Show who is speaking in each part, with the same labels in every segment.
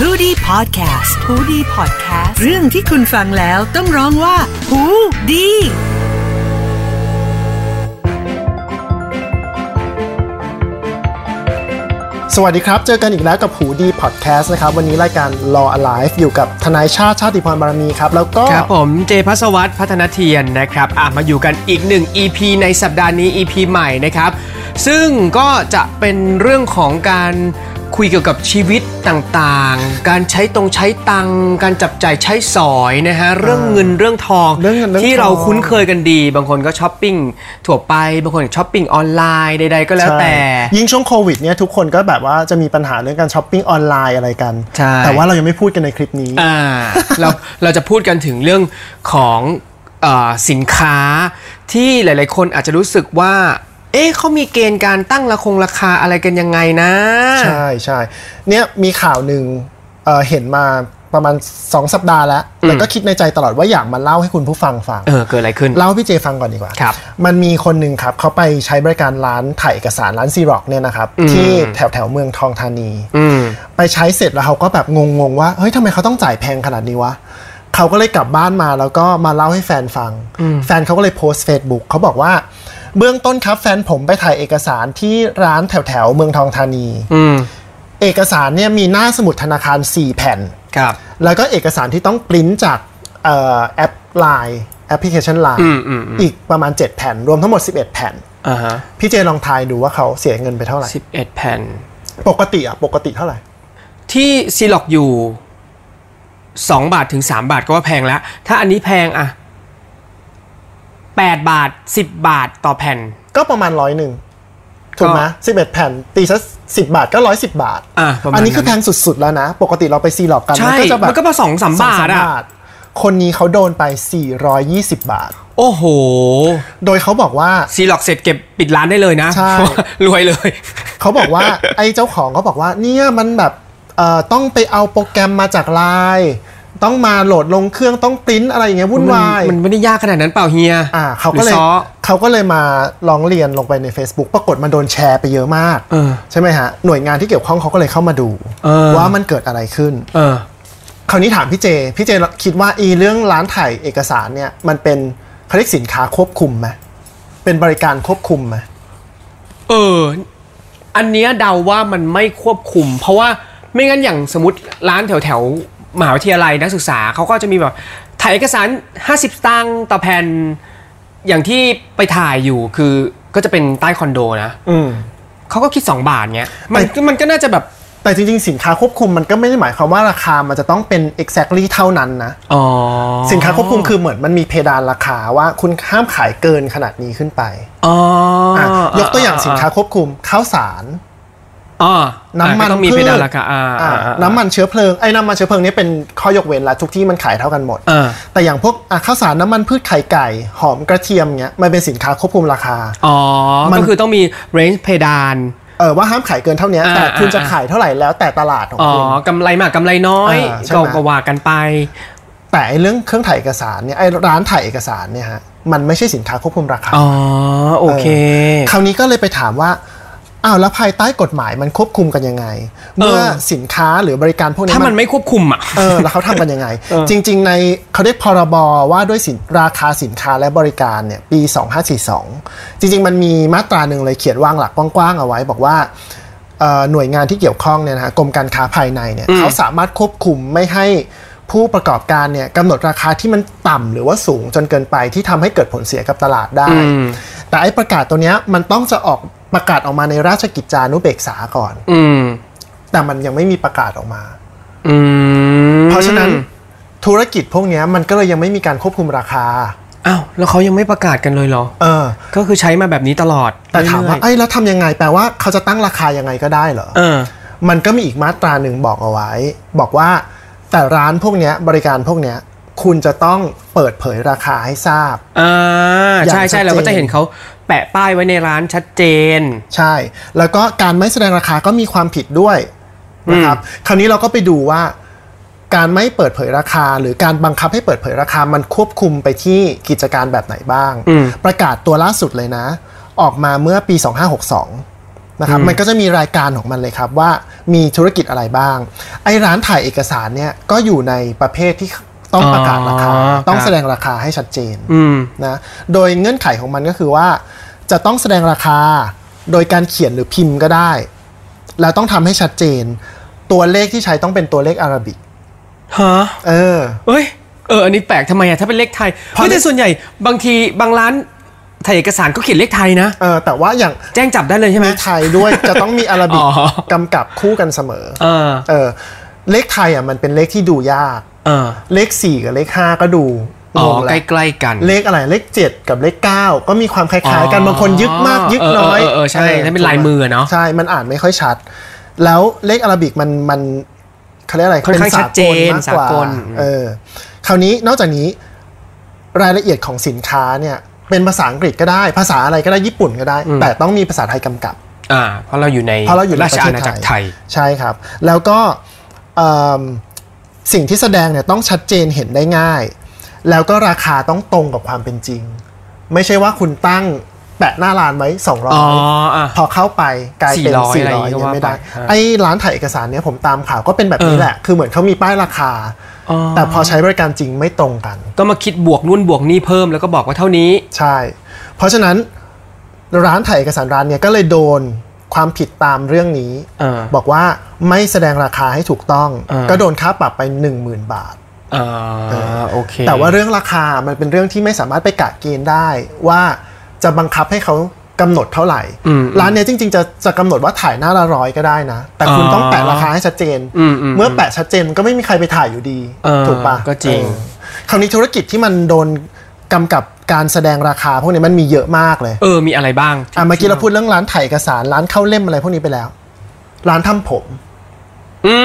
Speaker 1: h o ดี้พอดแคสต์ฮูดี้พอดแคสต์เรื่องที่คุณฟังแล้วต้องร้องว่าหูดี
Speaker 2: สวัสดีครับ เจอกันอีกแล้วกับหูดีพอดแคสต์นะครับ วันนี้รายการ Law Alive อยู่กับทนายชาติชาติพรบารมีครับ แล้วก็
Speaker 3: ครับผมเจพัสวัตรพัฒนเทียนนะครับอ่ะมาอยู่กันอีกหนึ่ง EP ในสัปดาห์นี้ EP ใหม่นะครับ ซึ่งก็จะเป็นเรื่องของการคุยเกี่ยวกับชีวิตต่างๆ การใช้ตรงใช้ตังค์การจับจ่ายใช้สอยนะฮะเรื่องเงินเรื่องทอง
Speaker 2: เรื่องเงินเรื่อง
Speaker 3: ที่เรา
Speaker 2: ทอง
Speaker 3: คุ้นเคยกันดี บางคนก็ช้อปปิ้งถั่วไป บางคนช้อปปิ้งออนไลน์ใดๆก็แล้วแต่
Speaker 2: ใช่ยิ่งช่วงโควิดเนี่ยทุกคนก็แบบว่าจะมีปัญหาเรื่องการช้อปปิ้งออนไลน์อะไรกัน
Speaker 3: ใช่
Speaker 2: แต่ว่าเรายังไม่พูดกันในคลิปนี้
Speaker 3: อ่าเราเราจะพูดกันถึงเรื่องของเออสินค้าที่หลาย ๆ คนอาจจะรู้สึกว่า เอ๊ะเขามีเกณฑ์การตั้งราคงราคาอะไรกันยังไงนะ
Speaker 2: ใช่ใช่เนี่ยมีข่าวหนึ่งเอ่อเห็นมาประมาณ 2 สัปดาห์แล้วแต่ก็คิดในใจตลอดว่าอยากมาเล่าให้คุณผู้ฟังฟัง
Speaker 3: เออ เกิดอะไรขึ้น
Speaker 2: เล่าให้พี่เจฟังก่อนดีกว่า
Speaker 3: ครับ
Speaker 2: มันมีคนหนึ่งครับเขาไปใช้บริการร้านถ่ายเอกสารร้านซีร็อกเนี่ยนะครับ
Speaker 3: อืม
Speaker 2: ที่แถวแถวๆเมืองทองธานี
Speaker 3: อืม
Speaker 2: ไปใช้เสร็จแล้วเขาก็แบบงงๆว่าเฮ้ยทำไมเขาต้องจ่ายแพงขนาดนี้วะเขาก็เลยกลับบ้านมาแล้วก็มาเล่าให้แฟนฟัง แฟนเขาก็เลยโพสต์ Facebook เขาบอกว่า เบื้องต้นครับแฟนผมไปถ่ายเอกสารที่ร้านแถวแถวๆเมืองทองธานี
Speaker 3: อืม
Speaker 2: เอกสารเนี่ยมีหน้าสมุดธนาคาร 4 แผ่น
Speaker 3: ครับ
Speaker 2: แล้วก็เอกสารที่ต้องปริ้นจากเอ่อแอปไลน์แอปพลิเคชันไล
Speaker 3: อื
Speaker 2: น์
Speaker 3: มอืมอืม
Speaker 2: อีกประมาณ 7 แผ่น รวมทั้งหมด 11 แผ่น
Speaker 3: อ่าฮะ
Speaker 2: พี่เจลองทายดูว่าเขาเสียเงินไปเท่าไหร่
Speaker 3: สิบเอ็ดแผ่น
Speaker 2: ปกติอ่ะ ปกติเท่าไหร่
Speaker 3: ที่ซีล็อกอยู่ 2 บาทถึง 3 บาทก็ว่าแพงแล้ว ถ้าอันนี้แพงอะ8บาท 10 บาทต่อแผ่น
Speaker 2: ก็ประมาณร้อยหนึ่งถูกไหมสิบเอ็ดแผ่น ตีซะสิบบาทก็ร้อยสิบบาท
Speaker 3: อ่ะประมาณ
Speaker 2: นนี้คือ
Speaker 3: นั้
Speaker 2: แพ
Speaker 3: น
Speaker 2: งสุด ๆ แล้วนะ ปกติเราไปซีหลอกกันมั
Speaker 3: ใช่
Speaker 2: นก็จะแบบ
Speaker 3: มันก็มาสองสาม
Speaker 2: สอง
Speaker 3: บา
Speaker 2: ส
Speaker 3: ทอะ
Speaker 2: บาท คนนี้เขาโดนไป 420 บาท
Speaker 3: โอ้โห
Speaker 2: โดยเขาบอกว่า
Speaker 3: ซีล็อกเสร็จเก็บปิดร้านได้เลยนะ
Speaker 2: ใช่
Speaker 3: รวยเลย
Speaker 2: เขาบอกว่า ไอ้เจ้าของเขาบอกว่าเนี่ยมันแบบเอ่อต้องไปเอาโปรแกรมมาจากไลน์ต้องมาโหลดลงเครื่องต้องปริ้นอะไรอย่างเงี้ยวุ่นวาย
Speaker 3: มันไม่ได้ยากขนาดนั้นเปล่าเฮีย
Speaker 2: อ่าเขาก็เลย
Speaker 3: หรือซ้อ
Speaker 2: เขาก็เลยมาร้องเรียนลงไปใน Facebook ปรากฏมันโดนแชร์ไปเยอะมาก
Speaker 3: เออ
Speaker 2: ใช่ไหมฮะ หน่วยงานที่เกี่ยวข้องเขาก็เลยเข้ามาดู
Speaker 3: เออ
Speaker 2: ว่ามันเกิดอะไรขึ้น
Speaker 3: เออ
Speaker 2: คราวนี้ถามพี่เจ พี่เจคิดว่าอีเรื่องร้านถ่ายเอกสารเนี่ย มันเป็นเขาเรียกสินค้าควบคุมไหมเป็นบริการควบคุมไหม
Speaker 3: เออ อันเนี้ยเดาว่ามันไม่ควบคุม เพราะว่าไม่งั้นอย่างสมมติร้านแถวแถวๆมหาวิทยาลัยนักศึกษาเขาก็จะมีแบบถ่ายเอกสาร 50สตังค์ต่อแผ่น อย่างที่ไปถ่ายอยู่คือก็จะเป็นใต้คอนโดนะเขาก็คิด 2 บาทเงี้ยมันมันก็น่าจะแบบ
Speaker 2: แต่จริงๆ สินค้าควบคุมมันก็ไม่ได้หมายความว่าราคามันจะต้องเป็น exactly เท่านั้นนะ
Speaker 3: อ๋อ
Speaker 2: สินค้าควบคุมคือเหมือนมันมีเพดานราคาว่าคุณห้ามขายเกินขนาดนี้ขึ้นไป
Speaker 3: อ๋ออ่
Speaker 2: ะยกตัวอย่างสินค้าควบคุมข้าวสาร
Speaker 3: อ๋อ
Speaker 2: น้ำมัน
Speaker 3: ก็ต้องมี
Speaker 2: พืช
Speaker 3: เพดานราคาอ่า
Speaker 2: อ่า
Speaker 3: อ่าอ่า
Speaker 2: น้ำมันเชื้อเพลิงไอ้น้ำมันเชื้อเพลิงนี่เป็นข้อยกเว้นละทุกที่มันขายเท่ากันหมด
Speaker 3: เออ
Speaker 2: แต่อย่างพวกอ่ะข้าวสารน้ำมันพืชไข่ไก่ หอมกระเทียมเงี้ยมันเป็นสินค้าควบคุมราคา
Speaker 3: อ๋อ
Speaker 2: มัน
Speaker 3: ก็คือต้องมีเรนจ์เพดาน
Speaker 2: เออว่าห้ามขายเกินเท่านี้
Speaker 3: อ่า
Speaker 2: แต่คุณจะ
Speaker 3: อ่า
Speaker 2: ขายเท่าไหร่แล้วแต่ตลาดของ
Speaker 3: อ๋อ
Speaker 2: คุณ
Speaker 3: กำไรมากกำไรน้อย
Speaker 2: อ่าใช่
Speaker 3: ก็
Speaker 2: ไหม
Speaker 3: ก็ว่ากันไป
Speaker 2: แต่ไอ้เรื่องเครื่องถ่ายเอกสารเนี่ยไอ้ร้านถ่ายเอกสารเนี่ยฮะมันไม่ใช่สินค้าควบคุมราคา
Speaker 3: อ๋อ โอเค
Speaker 2: คราวนี้ก็เลยไปถามว่าอ้าวแล้วภายใต้กฎหมายมันควบคุมกันยังไง เมื่อสินค้าหรือบริการพวกนี้
Speaker 3: ถ้า
Speaker 2: มัน
Speaker 3: มันไม่ควบคุมอ่ะ
Speaker 2: เออแล้วเขาทำกันยังไง จริง ๆ ในเขาเรียกพรบว่าด้วยสินราคาสินค้าและบริการเนี่ยปี 2542 จริง ๆ มันมีมาตราหนึ่งเลยเขียนวางหลักกว้างๆเอาไว้ บอกว่าเอ่อหน่วยงานที่เกี่ยวข้องเนี่ยนะฮะกรมการค้าภายในเนี่ยเขาสามารถควบคุมไม่ให้ผู้ประกอบการเนี่ยกำหนดราคาที่มันต่ำหรือว่าสูงจนเกินไปที่ทำให้เกิดผลเสียกับตลาดได้
Speaker 3: อืม
Speaker 2: แต่ไอ้ประกาศตัวเนี้ยมันต้องจะออกประกาศออกมาในราชกิจจานุเบกษาก่อน
Speaker 3: อืม
Speaker 2: แต่มันยังไม่มีประกาศออกมา
Speaker 3: อืม
Speaker 2: เพราะฉะนั้นธุรกิจพวกเนี้ยมันก็เลยยังไม่มีการควบคุมราคา
Speaker 3: อ้าว แล้วเขายังไม่ประกาศกันเลยเหรอ
Speaker 2: เออ
Speaker 3: ก็คือใช้มาแบบนี้ตลอด
Speaker 2: แต่ถามว่า
Speaker 3: เรื่อย
Speaker 2: ไอ้ยแล้วทำยังไงแปลว่าเขาจะตั้งราคายังไงก็ได้เหรอ
Speaker 3: ๆเออ
Speaker 2: มันก็มีอีกมาตราหนึ่งบอกเอาไว้ บอกว่าแต่ร้านพวกเนี้ยบริการพวกเนี้ยคุณจะต้องเปิดเผยราคาให้ทราบ
Speaker 3: อ่า
Speaker 2: อย่าง
Speaker 3: ใช่
Speaker 2: ชัด
Speaker 3: ใช่
Speaker 2: เจน
Speaker 3: เราก็จะเห็นเขาแปะป้ายไว้ในร้านชัดเจน
Speaker 2: ใช่ แล้วก็การไม่แสดงราคาก็มีความผิดด้วยนะครับ คราวนี้เราก็ไปดูว่า การไม่เปิดเผยราคา หรือการบังคับให้เปิดเผยราคา มันควบคุมไปที่กิจการแบบไหนบ้าง
Speaker 3: อืม
Speaker 2: ประกาศตัวล่าสุดเลยนะ ออกมาเมื่อปี 2562 นะครับมันก็จะมีรายการของมันเลยครับว่ามีธุรกิจอะไรบ้าง ไอ้ร้านถ่ายเอกสารเนี่ยก็อยู่ในประเภทที่ต้องประกาศราคา
Speaker 3: อ๋อ
Speaker 2: ต้อง
Speaker 3: ครับ
Speaker 2: แสดงราคาให้ชัดเจน
Speaker 3: อืม
Speaker 2: นะโดยเงื่อนไขของมันก็คือว่าจะต้องแสดงราคาโดยการเขียนหรือพิมพ์ก็ได้ แล้วต้องทำให้ชัดเจน ตัวเลขที่ใช้ต้องเป็นตัวเลขอาหรับิก
Speaker 3: ฮะ
Speaker 2: เออ
Speaker 3: เอ้ย เออ อันนี้แปลกทำไมอะถ้าเป็นเลขไทย เพราะแต่ส่วนใหญ่บางทีบางร้านถ่ายเอกสารก็เขียนเลขไทยนะ
Speaker 2: เออแต่ว่าอย่าง
Speaker 3: แจ้งจับได้เลยใช่ไหม
Speaker 2: มีไทยด้วย จะต้องมีอาหรับิก
Speaker 3: อ๋อ
Speaker 2: กำกับคู่กันเสมอ
Speaker 3: เออ
Speaker 2: เออเลขไทยอ่ะมันเป็นเลขที่ดูยาก
Speaker 3: เออ
Speaker 2: เลข 4 กับเลข 5 ก็ดู
Speaker 3: อ๋อง
Speaker 2: ง
Speaker 3: ใก
Speaker 2: แล้ว
Speaker 3: ล้ๆกัน
Speaker 2: เลขอะไรเลข 7 กับเลข 9 ก็มีความคล้ายๆกั
Speaker 3: อ๋อบ
Speaker 2: นางคนยึกมากยึกน้อย
Speaker 3: เเเเออใช่
Speaker 2: ออ
Speaker 3: นั่นเป็นลายมือเนาะ
Speaker 2: ใช่ มันอ่านไม่ค่อยชัด แล้วเลขอาราบิกมันมันเขาเรียกอะไร
Speaker 3: ค่อนข้าง
Speaker 2: ป็ส
Speaker 3: ชัดเจน
Speaker 2: มากกว่า
Speaker 3: สากล
Speaker 2: เออคราวนี้นอกจากนี้รายละเอียดของสินค้าเนี่ยเป็นภาษาอังกฤษก็ได้ ภาษาอะไรก็ได้ญี่ปุ่นก็ได้ แต่ต้องมีภาษาไทยกำกับ
Speaker 3: อ่า เพราะเราอยู่ใน
Speaker 2: เพราะเราอยู่ใน
Speaker 3: รา
Speaker 2: ป
Speaker 3: ช
Speaker 2: ระเทศ
Speaker 3: อาณา
Speaker 2: ไท
Speaker 3: จัก
Speaker 2: ย
Speaker 3: รไทย
Speaker 2: ใช่ครับ แล้วก็เอิ่มสิ่งที่แสดงเนี่ยต้องชัดเจนเห็นได้ง่าย แล้วก็ราคาต้องตรงกับความเป็นจริง ไม่ใช่ว่าคุณตั้งแปะหน้าร้านไว้
Speaker 3: อ๋อ
Speaker 2: 200
Speaker 3: อ่ะ
Speaker 2: พอเข้าไปกลายเป็น
Speaker 3: 400
Speaker 2: 400
Speaker 3: อะไรอย่างงี้ก็
Speaker 2: ยัง
Speaker 3: ว่า
Speaker 2: ไม่ได้
Speaker 3: ไปอ่า
Speaker 2: ไอ้ร้านถ่ายเอกสารเนี่ยผมตามข่าวก็เป็นแบบนี้
Speaker 3: เออ
Speaker 2: แหละ คือเหมือนเขามีป้ายราคา
Speaker 3: อ๋อ
Speaker 2: แต่พอใช้บริการจริงไม่ตรงกัน
Speaker 3: ก็มาคิดบวกนู่นบวกนี่เพิ่มแล้วก็บอกว่าเท่านี้
Speaker 2: ใช่ เพราะฉะนั้นร้านถ่ายเอกสารร้านเนี่ยก็เลยโดนความผิดตามเรื่องนี้
Speaker 3: เออ
Speaker 2: บอกว่าไม่แสดงราคาให้ถูกต้อง
Speaker 3: เออ
Speaker 2: ก็โดนค่าปรับไป 10,000 บาท
Speaker 3: อ่าโอเค
Speaker 2: แต่ว่าเรื่องราคามันเป็นเรื่องที่ไม่สามารถไปกะเกณฑ์ได้ ว่าจะบังคับให้เขากำหนดเท่าไหร่ ร้านเนี้ยจริง ๆ จะจะกำหนดว่าถ่ายหน้าละร้อยก็ได้นะ แต่คุณต้องแปะราคาให้ชัดเจน เมื่อแปะชัดเจนมันก็ไม่มีใครไปถ่ายอยู่ดี
Speaker 3: เออ
Speaker 2: ถูกปะ
Speaker 3: ก็จริง
Speaker 2: เออคราวนี้ธุรกิจที่มันโดนกำกับการแสดงราคาพวกนี้มันมีเยอะมากเลย
Speaker 3: เออ มีอะไรบ้าง
Speaker 2: อ่ะเมื่อกี้เราพูดเรื่องร้านถ่ายเอกสารร้านเข้าเล่มอะไรพวกนี้ไปแล้ว ร้านทำผม
Speaker 3: อื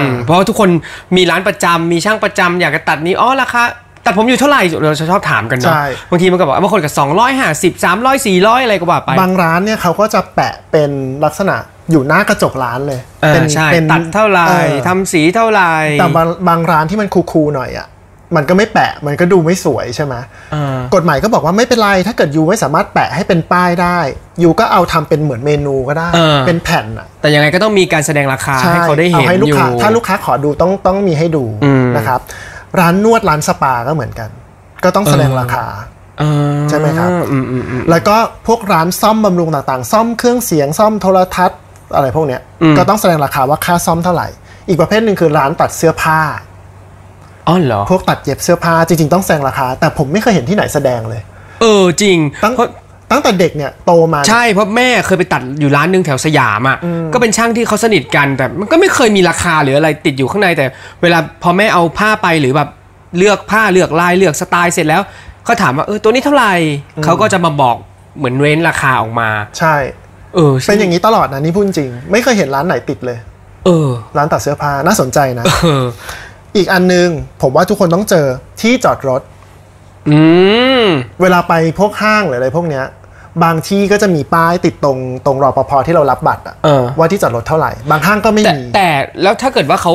Speaker 3: มเพราะว่าทุกคนมีร้านประจำมีช่างประจำอยากจะตัดนี้อ๋อราคาตัดผมอยู่เท่าไหร่เราจะชอบถามกันเนาะ
Speaker 2: ใช่
Speaker 3: บางทีมันก็บอกว่าบางคนกับ250 300 400 อะไรก็ว่าไป
Speaker 2: บางร้านเนี่ยเขาก็จะแปะเป็นลักษณะอยู่หน้ากระจกร้านเลย
Speaker 3: เออน ใช่
Speaker 2: ป็น
Speaker 3: ตัดเท่าไหร่
Speaker 2: ออ
Speaker 3: ทำสีเท่าไหร่
Speaker 2: แต่บางบางร้านที่มันคูลๆหน่อยอ่ะมันก็ไม่แปะมันก็ดูไม่สวยใช่ไหม
Speaker 3: เออ
Speaker 2: กฎหมายก็บอกว่าไม่เป็นไร ถ้าเกิดยูไม่สามารถแปะให้เป็นป้ายได้ยูก็เอาทำเป็นเหมือนเมนูก็ได้
Speaker 3: เออ
Speaker 2: เป็นแผ่นอ่ะ
Speaker 3: แต่ยังไงก็ต้องมีการแสดงราคาให้เขาได้เห็น
Speaker 2: เอาให้ลู
Speaker 3: อก ยู่
Speaker 2: ค้าถ้าลูกค้าขอดูต้องต้องมีให้ดู
Speaker 3: อืม
Speaker 2: นะครับ ร้านนวดร้านสปาก็เหมือนกัน ก็ต้องแสดงราคา
Speaker 3: เออ
Speaker 2: ใช่ไหมครับ
Speaker 3: อืมอืมอืม
Speaker 2: แล้วก็พวกร้านซ่อมบำรุงต่างๆ ซ่อมเครื่องเสียงซ่อมโทรทัศน์อะไรพวกเนี้ย
Speaker 3: อืม
Speaker 2: ก็ต้องแสดงราคาว่าค่าซ่อมเท่าไหร่ อีกประเภทหนึ่งคือร้านตัดเสื้อผ้า
Speaker 3: อ๋อเหรอ
Speaker 2: พวกตัดเย็บเสื้อผ้าจริงๆต้องแสดงราคา แต่ผมไม่เคยเห็นที่ไหนแสดงเลย
Speaker 3: เออจริง
Speaker 2: ตั้ง
Speaker 3: เพราะ
Speaker 2: ตั้งแต่เด็กเนี่ยโตมา
Speaker 3: ใช่เพราะแม่เคยไปตัดอยู่ร้านหนึงแถวสยามอ่ะก็เป็นช่างที่เขาสนิทกันแต่มันก็ไม่เคยมีราคาหรืออะไรติดอยู่ข้างในแต่ เวลาพอแม่เอาผ้าไปหรือแบบเลือกผ้าเลือกลายเลือกสไตล์เสร็จแล้วเขาถามว่าเออตัวนี้เท่าไหร่เขาก็จะมาบอกเหมือนเว้นราคาออกมา
Speaker 2: ใช่
Speaker 3: เออ
Speaker 2: เป็นอย่างนี้ตลอดนะนี่พูดจริง ไม่เคยเห็นร้านไหนติดเลย
Speaker 3: เออ
Speaker 2: ร้านตัดเสื้อผ้าน่าสนใจนะ
Speaker 3: เออ
Speaker 2: อีกอันหนึงผมว่าทุกคนต้องเจอที่จอดรถ
Speaker 3: อืม
Speaker 2: เวลาไปพวกห้างหรืออะไรพวกเนี้ยบางที่ก็จะมีป้ายติดตรงตรงรอปภที่เรารับบัตรอะ
Speaker 3: เออ
Speaker 2: ว่าที่จอดรถเท่าไหร่ บางห้างก็ไม่
Speaker 3: แต่
Speaker 2: มี
Speaker 3: แต่แล้วถ้าเกิดว่าเขา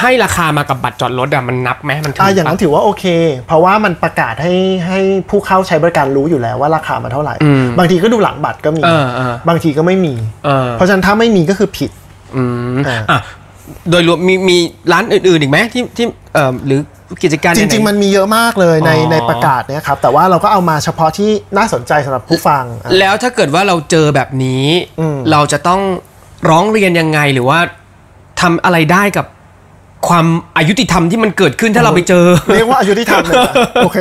Speaker 3: ให้ราคามากับบัตรจอดรถอะมันนับไหมมันถึง
Speaker 2: อ่าอย่างนั้น
Speaker 3: ปะ
Speaker 2: ถือว่าโอเค เพราะว่ามันประกาศให้ให้ผู้เข้าใช้บริการรู้อยู่แล้วว่าราคามันเท่าไหร่
Speaker 3: อืม
Speaker 2: บางทีก็ดูหลังบัตรก็มี
Speaker 3: เออเออบ
Speaker 2: างทีก็ไม่มี
Speaker 3: เออ
Speaker 2: เพราะฉะนั้นถ้าไม่มีก็คือผิด
Speaker 3: อืม
Speaker 2: อ่า
Speaker 3: อ่ะโดยรวมมีมีร้านอื่นๆอีกไหมที่ที่เอ่อหรือกิจการ
Speaker 2: จ
Speaker 3: ไหๆ
Speaker 2: ริง ๆ มันมีเยอะมากเลยใน
Speaker 3: อ๋อ
Speaker 2: ในประกาศเนี่ยครับแต่ว่าเราก็เอามาเฉพาะที่น่าสนใจสำหรับผู้ฟังอ่ะ
Speaker 3: แล้วถ้าเกิดว่าเราเจอแบบนี้
Speaker 2: อืม
Speaker 3: เราจะต้องร้องเรียนยังไงหรือว่าทำอะไรได้กับความอายุติธรรมที่มันเกิดขึ้นถ้าเราไปเจอ
Speaker 2: เรียกว่าอายุที่ทำเลยนะโอเค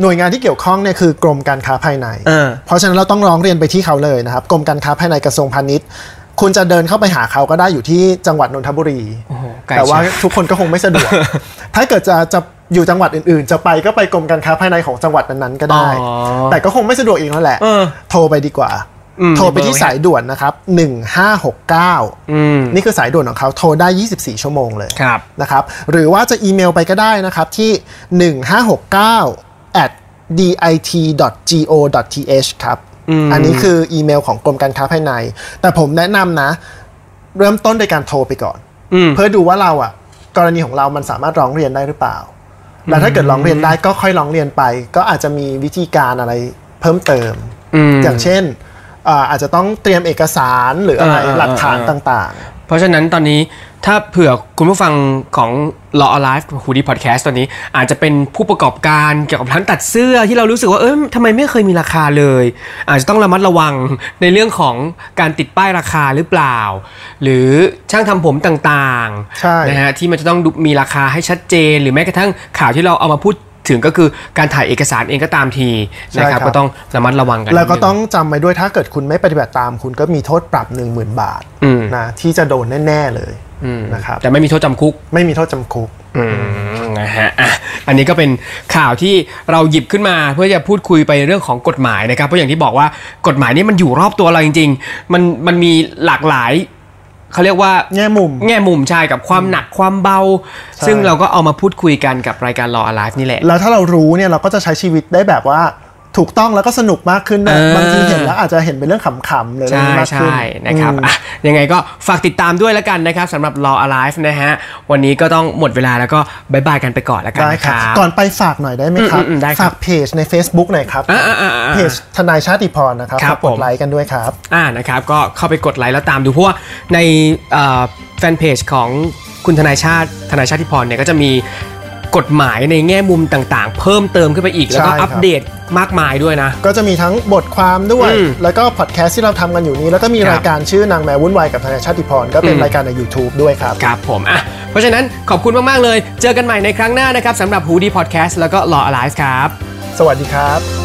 Speaker 2: หน่วยงานที่เกี่ยวข้องเนี่ยคือกรมการค้าภายใน
Speaker 3: เออ
Speaker 2: เพราะฉะนั้นเราต้องร้องเรียนไปที่เขาเลยนะครับ กรมการค้าภายในกระทรวงพาณิชย์ คุณจะเดินเข้าไปหาเขาก็ได้อยู่ที่จังหวัดนนทบุรี
Speaker 3: โอ้ไกล
Speaker 2: แต่ว่า
Speaker 3: ใช่
Speaker 2: ทุกคนก็คงไม่สะ ดวก ถ้าเกิดจะจะอยู่จังหวัดอื่นๆ จะไปก็ไปกรมการค้าภายในของจังหวัดนั้นๆก็ได้
Speaker 3: อ๋อ
Speaker 2: แต่ก็คงไม่สะดวกอีกนั่นแหละ
Speaker 3: เออ
Speaker 2: โทรไปดีกว่า
Speaker 3: อืม
Speaker 2: โทรไปที่
Speaker 3: เบอร์ไว้
Speaker 2: สายด่วนนะครับ 1569
Speaker 3: อืม
Speaker 2: นี่คือสายด่วนของเขาโทรได้ 24 ชั่วโมงเลย
Speaker 3: ครับ
Speaker 2: นะครับหรือว่าจะอีเมลไปก็ได้นะครับที่ 1569 at dit.go.th ครับ อันนี้คืออีเมลของกรมการค้าภายใน แต่ผมแนะนำนะ เริ่มต้นโดยการโทรไปก่อน
Speaker 3: อืม
Speaker 2: เพื่อดูว่าเราอ่ะ กรณีของเรามันสามารถร้องเรียนได้หรือเปล่า แล้วถ้าเกิดร้องเรียนได้ก็ค่อยร้องเรียนไป ก็อาจจะมีวิธีการอะไรเพิ่มเติม
Speaker 3: อืม
Speaker 2: อย่างเช่น เอ่ออาจจะต้องเตรียมเอกสารหรืออะไร
Speaker 3: เออเออเออ
Speaker 2: หลักฐานต่าง
Speaker 3: เพราะฉะนั้นตอนนี้ถ้าเผื่อคุณผู้ฟังของ Law Alive หูดีพอดแคสต์ตอนนี้ อาจจะเป็นผู้ประกอบการเกี่ยวกับร้านตัดเสื้อที่เรารู้สึกว่าเอ้ยทำไมไม่เคยมีราคาเลย อาจจะต้องระมัดระวังในเรื่องของการติดป้ายราคาหรือเปล่า หรือช่างทำผมต่าง
Speaker 2: ใช่
Speaker 3: ๆนะฮะที่มันจะต้องดูมีราคาให้ชัดเจน หรือแม้กระทั่งข่าวที่เราเอามาพูดถึงก็คือการถ่ายเอกสารเองก็ตามทีนะครับก็ต้องระมัดระวังกัน
Speaker 2: ๆ แล้วก็
Speaker 3: นิดนึ
Speaker 2: ต้องจำไว้ด้วยถ้าเกิดคุณไม่ปฏิบัติตาม คุณก็มีโทษปรับ 1 0,000 บาท
Speaker 3: อืม
Speaker 2: นะที่จะโดนแน่ ๆ เลยนะครับ
Speaker 3: แต่ไม่มีโทษจำคุก
Speaker 2: ไม่มีโทษจำคุก
Speaker 3: อืมนะฮะอ่ะอันนี้ก็เป็นข่าวที่เราหยิบขึ้นมาเพื่อจะพูดคุยไปเรื่องของกฎหมายนะครับ เพราะอย่างที่บอกว่ากฎหมายนี่มันอยู่รอบตัวเราจริง ๆ มันมันมีหลากหลายเขาเรียกว่า
Speaker 2: แง่มุม
Speaker 3: แง่มุมใช่กับความหนักความเบา ซึ่งเราก็เอามาพูดคุยกันกับรายการ Law Alive นี่แหละ
Speaker 2: แล้วถ้าเรารู้เนี่ยเราก็จะใช้ชีวิตได้แบบว่าถูกต้องแล้วก็สนุกมากขึ้นนะ
Speaker 3: เออ
Speaker 2: บางทีเห็นแล้วอาจจะเห็นเป็นเรื่องขำๆเลยอะไรอ
Speaker 3: ใช่
Speaker 2: ย่างนี้มากขึ้น
Speaker 3: ใช่นะครับ
Speaker 2: อืม
Speaker 3: อ่ะยังไงก็ฝากติดตามด้วยแล้วกันนะครับสำหรับ Law Alive นะฮะวันนี้ก็ต้องหมดเวลาแล้วก็บายบายกันไปก่อนแล้วกัน
Speaker 2: ได้
Speaker 3: นะ
Speaker 2: ค
Speaker 3: ค
Speaker 2: รั
Speaker 3: รั
Speaker 2: บบ ก่อนไปฝากหน่อยได้ไหมครับ
Speaker 3: อืมอืมได้ครับ
Speaker 2: ฝากเพจใน Facebook หน่อยครับ
Speaker 3: อ่าๆๆ
Speaker 2: เพจทนายชาติพรนะครับ
Speaker 3: ครับ
Speaker 2: ฝากก
Speaker 3: ผ
Speaker 2: ด
Speaker 3: ม
Speaker 2: ไลค์กันด้วยครับ
Speaker 3: อ่านะครับก็เข้าไปกดไลค์แล้วตามดูเพราะว่าในเอ่อแฟนเพจของคุณทนายชาติทนายชาติพรเนี่ยก็จะมีกฎหมายในแง่มุมต่างๆ เพิ่มเติมขึ้นไปอีก แล้วก็
Speaker 2: ใช่ครับ
Speaker 3: อัปเดตมากมายด้วยนะ
Speaker 2: ก็จะมีทั้งบทความด้วย
Speaker 3: อืม
Speaker 2: แล้วก็พอดแคสต์ที่เราทำกันอยู่นี้ แล้วก็มี
Speaker 3: ครับ
Speaker 2: รายการชื่อนางแมววุ่นวายกับทนายชาติพรก็เป็น
Speaker 3: อืม
Speaker 2: รายการใน YouTube ด้วยครับ
Speaker 3: ครับผมอ่ะเพราะฉะนั้นขอบคุณมาก ๆ เลย เจอกันใหม่ในครั้งหน้านะครับสำหรับ h o ดีพอดแคสต์แล้วก็ Law Alive ครับ
Speaker 2: สวัสดีครับ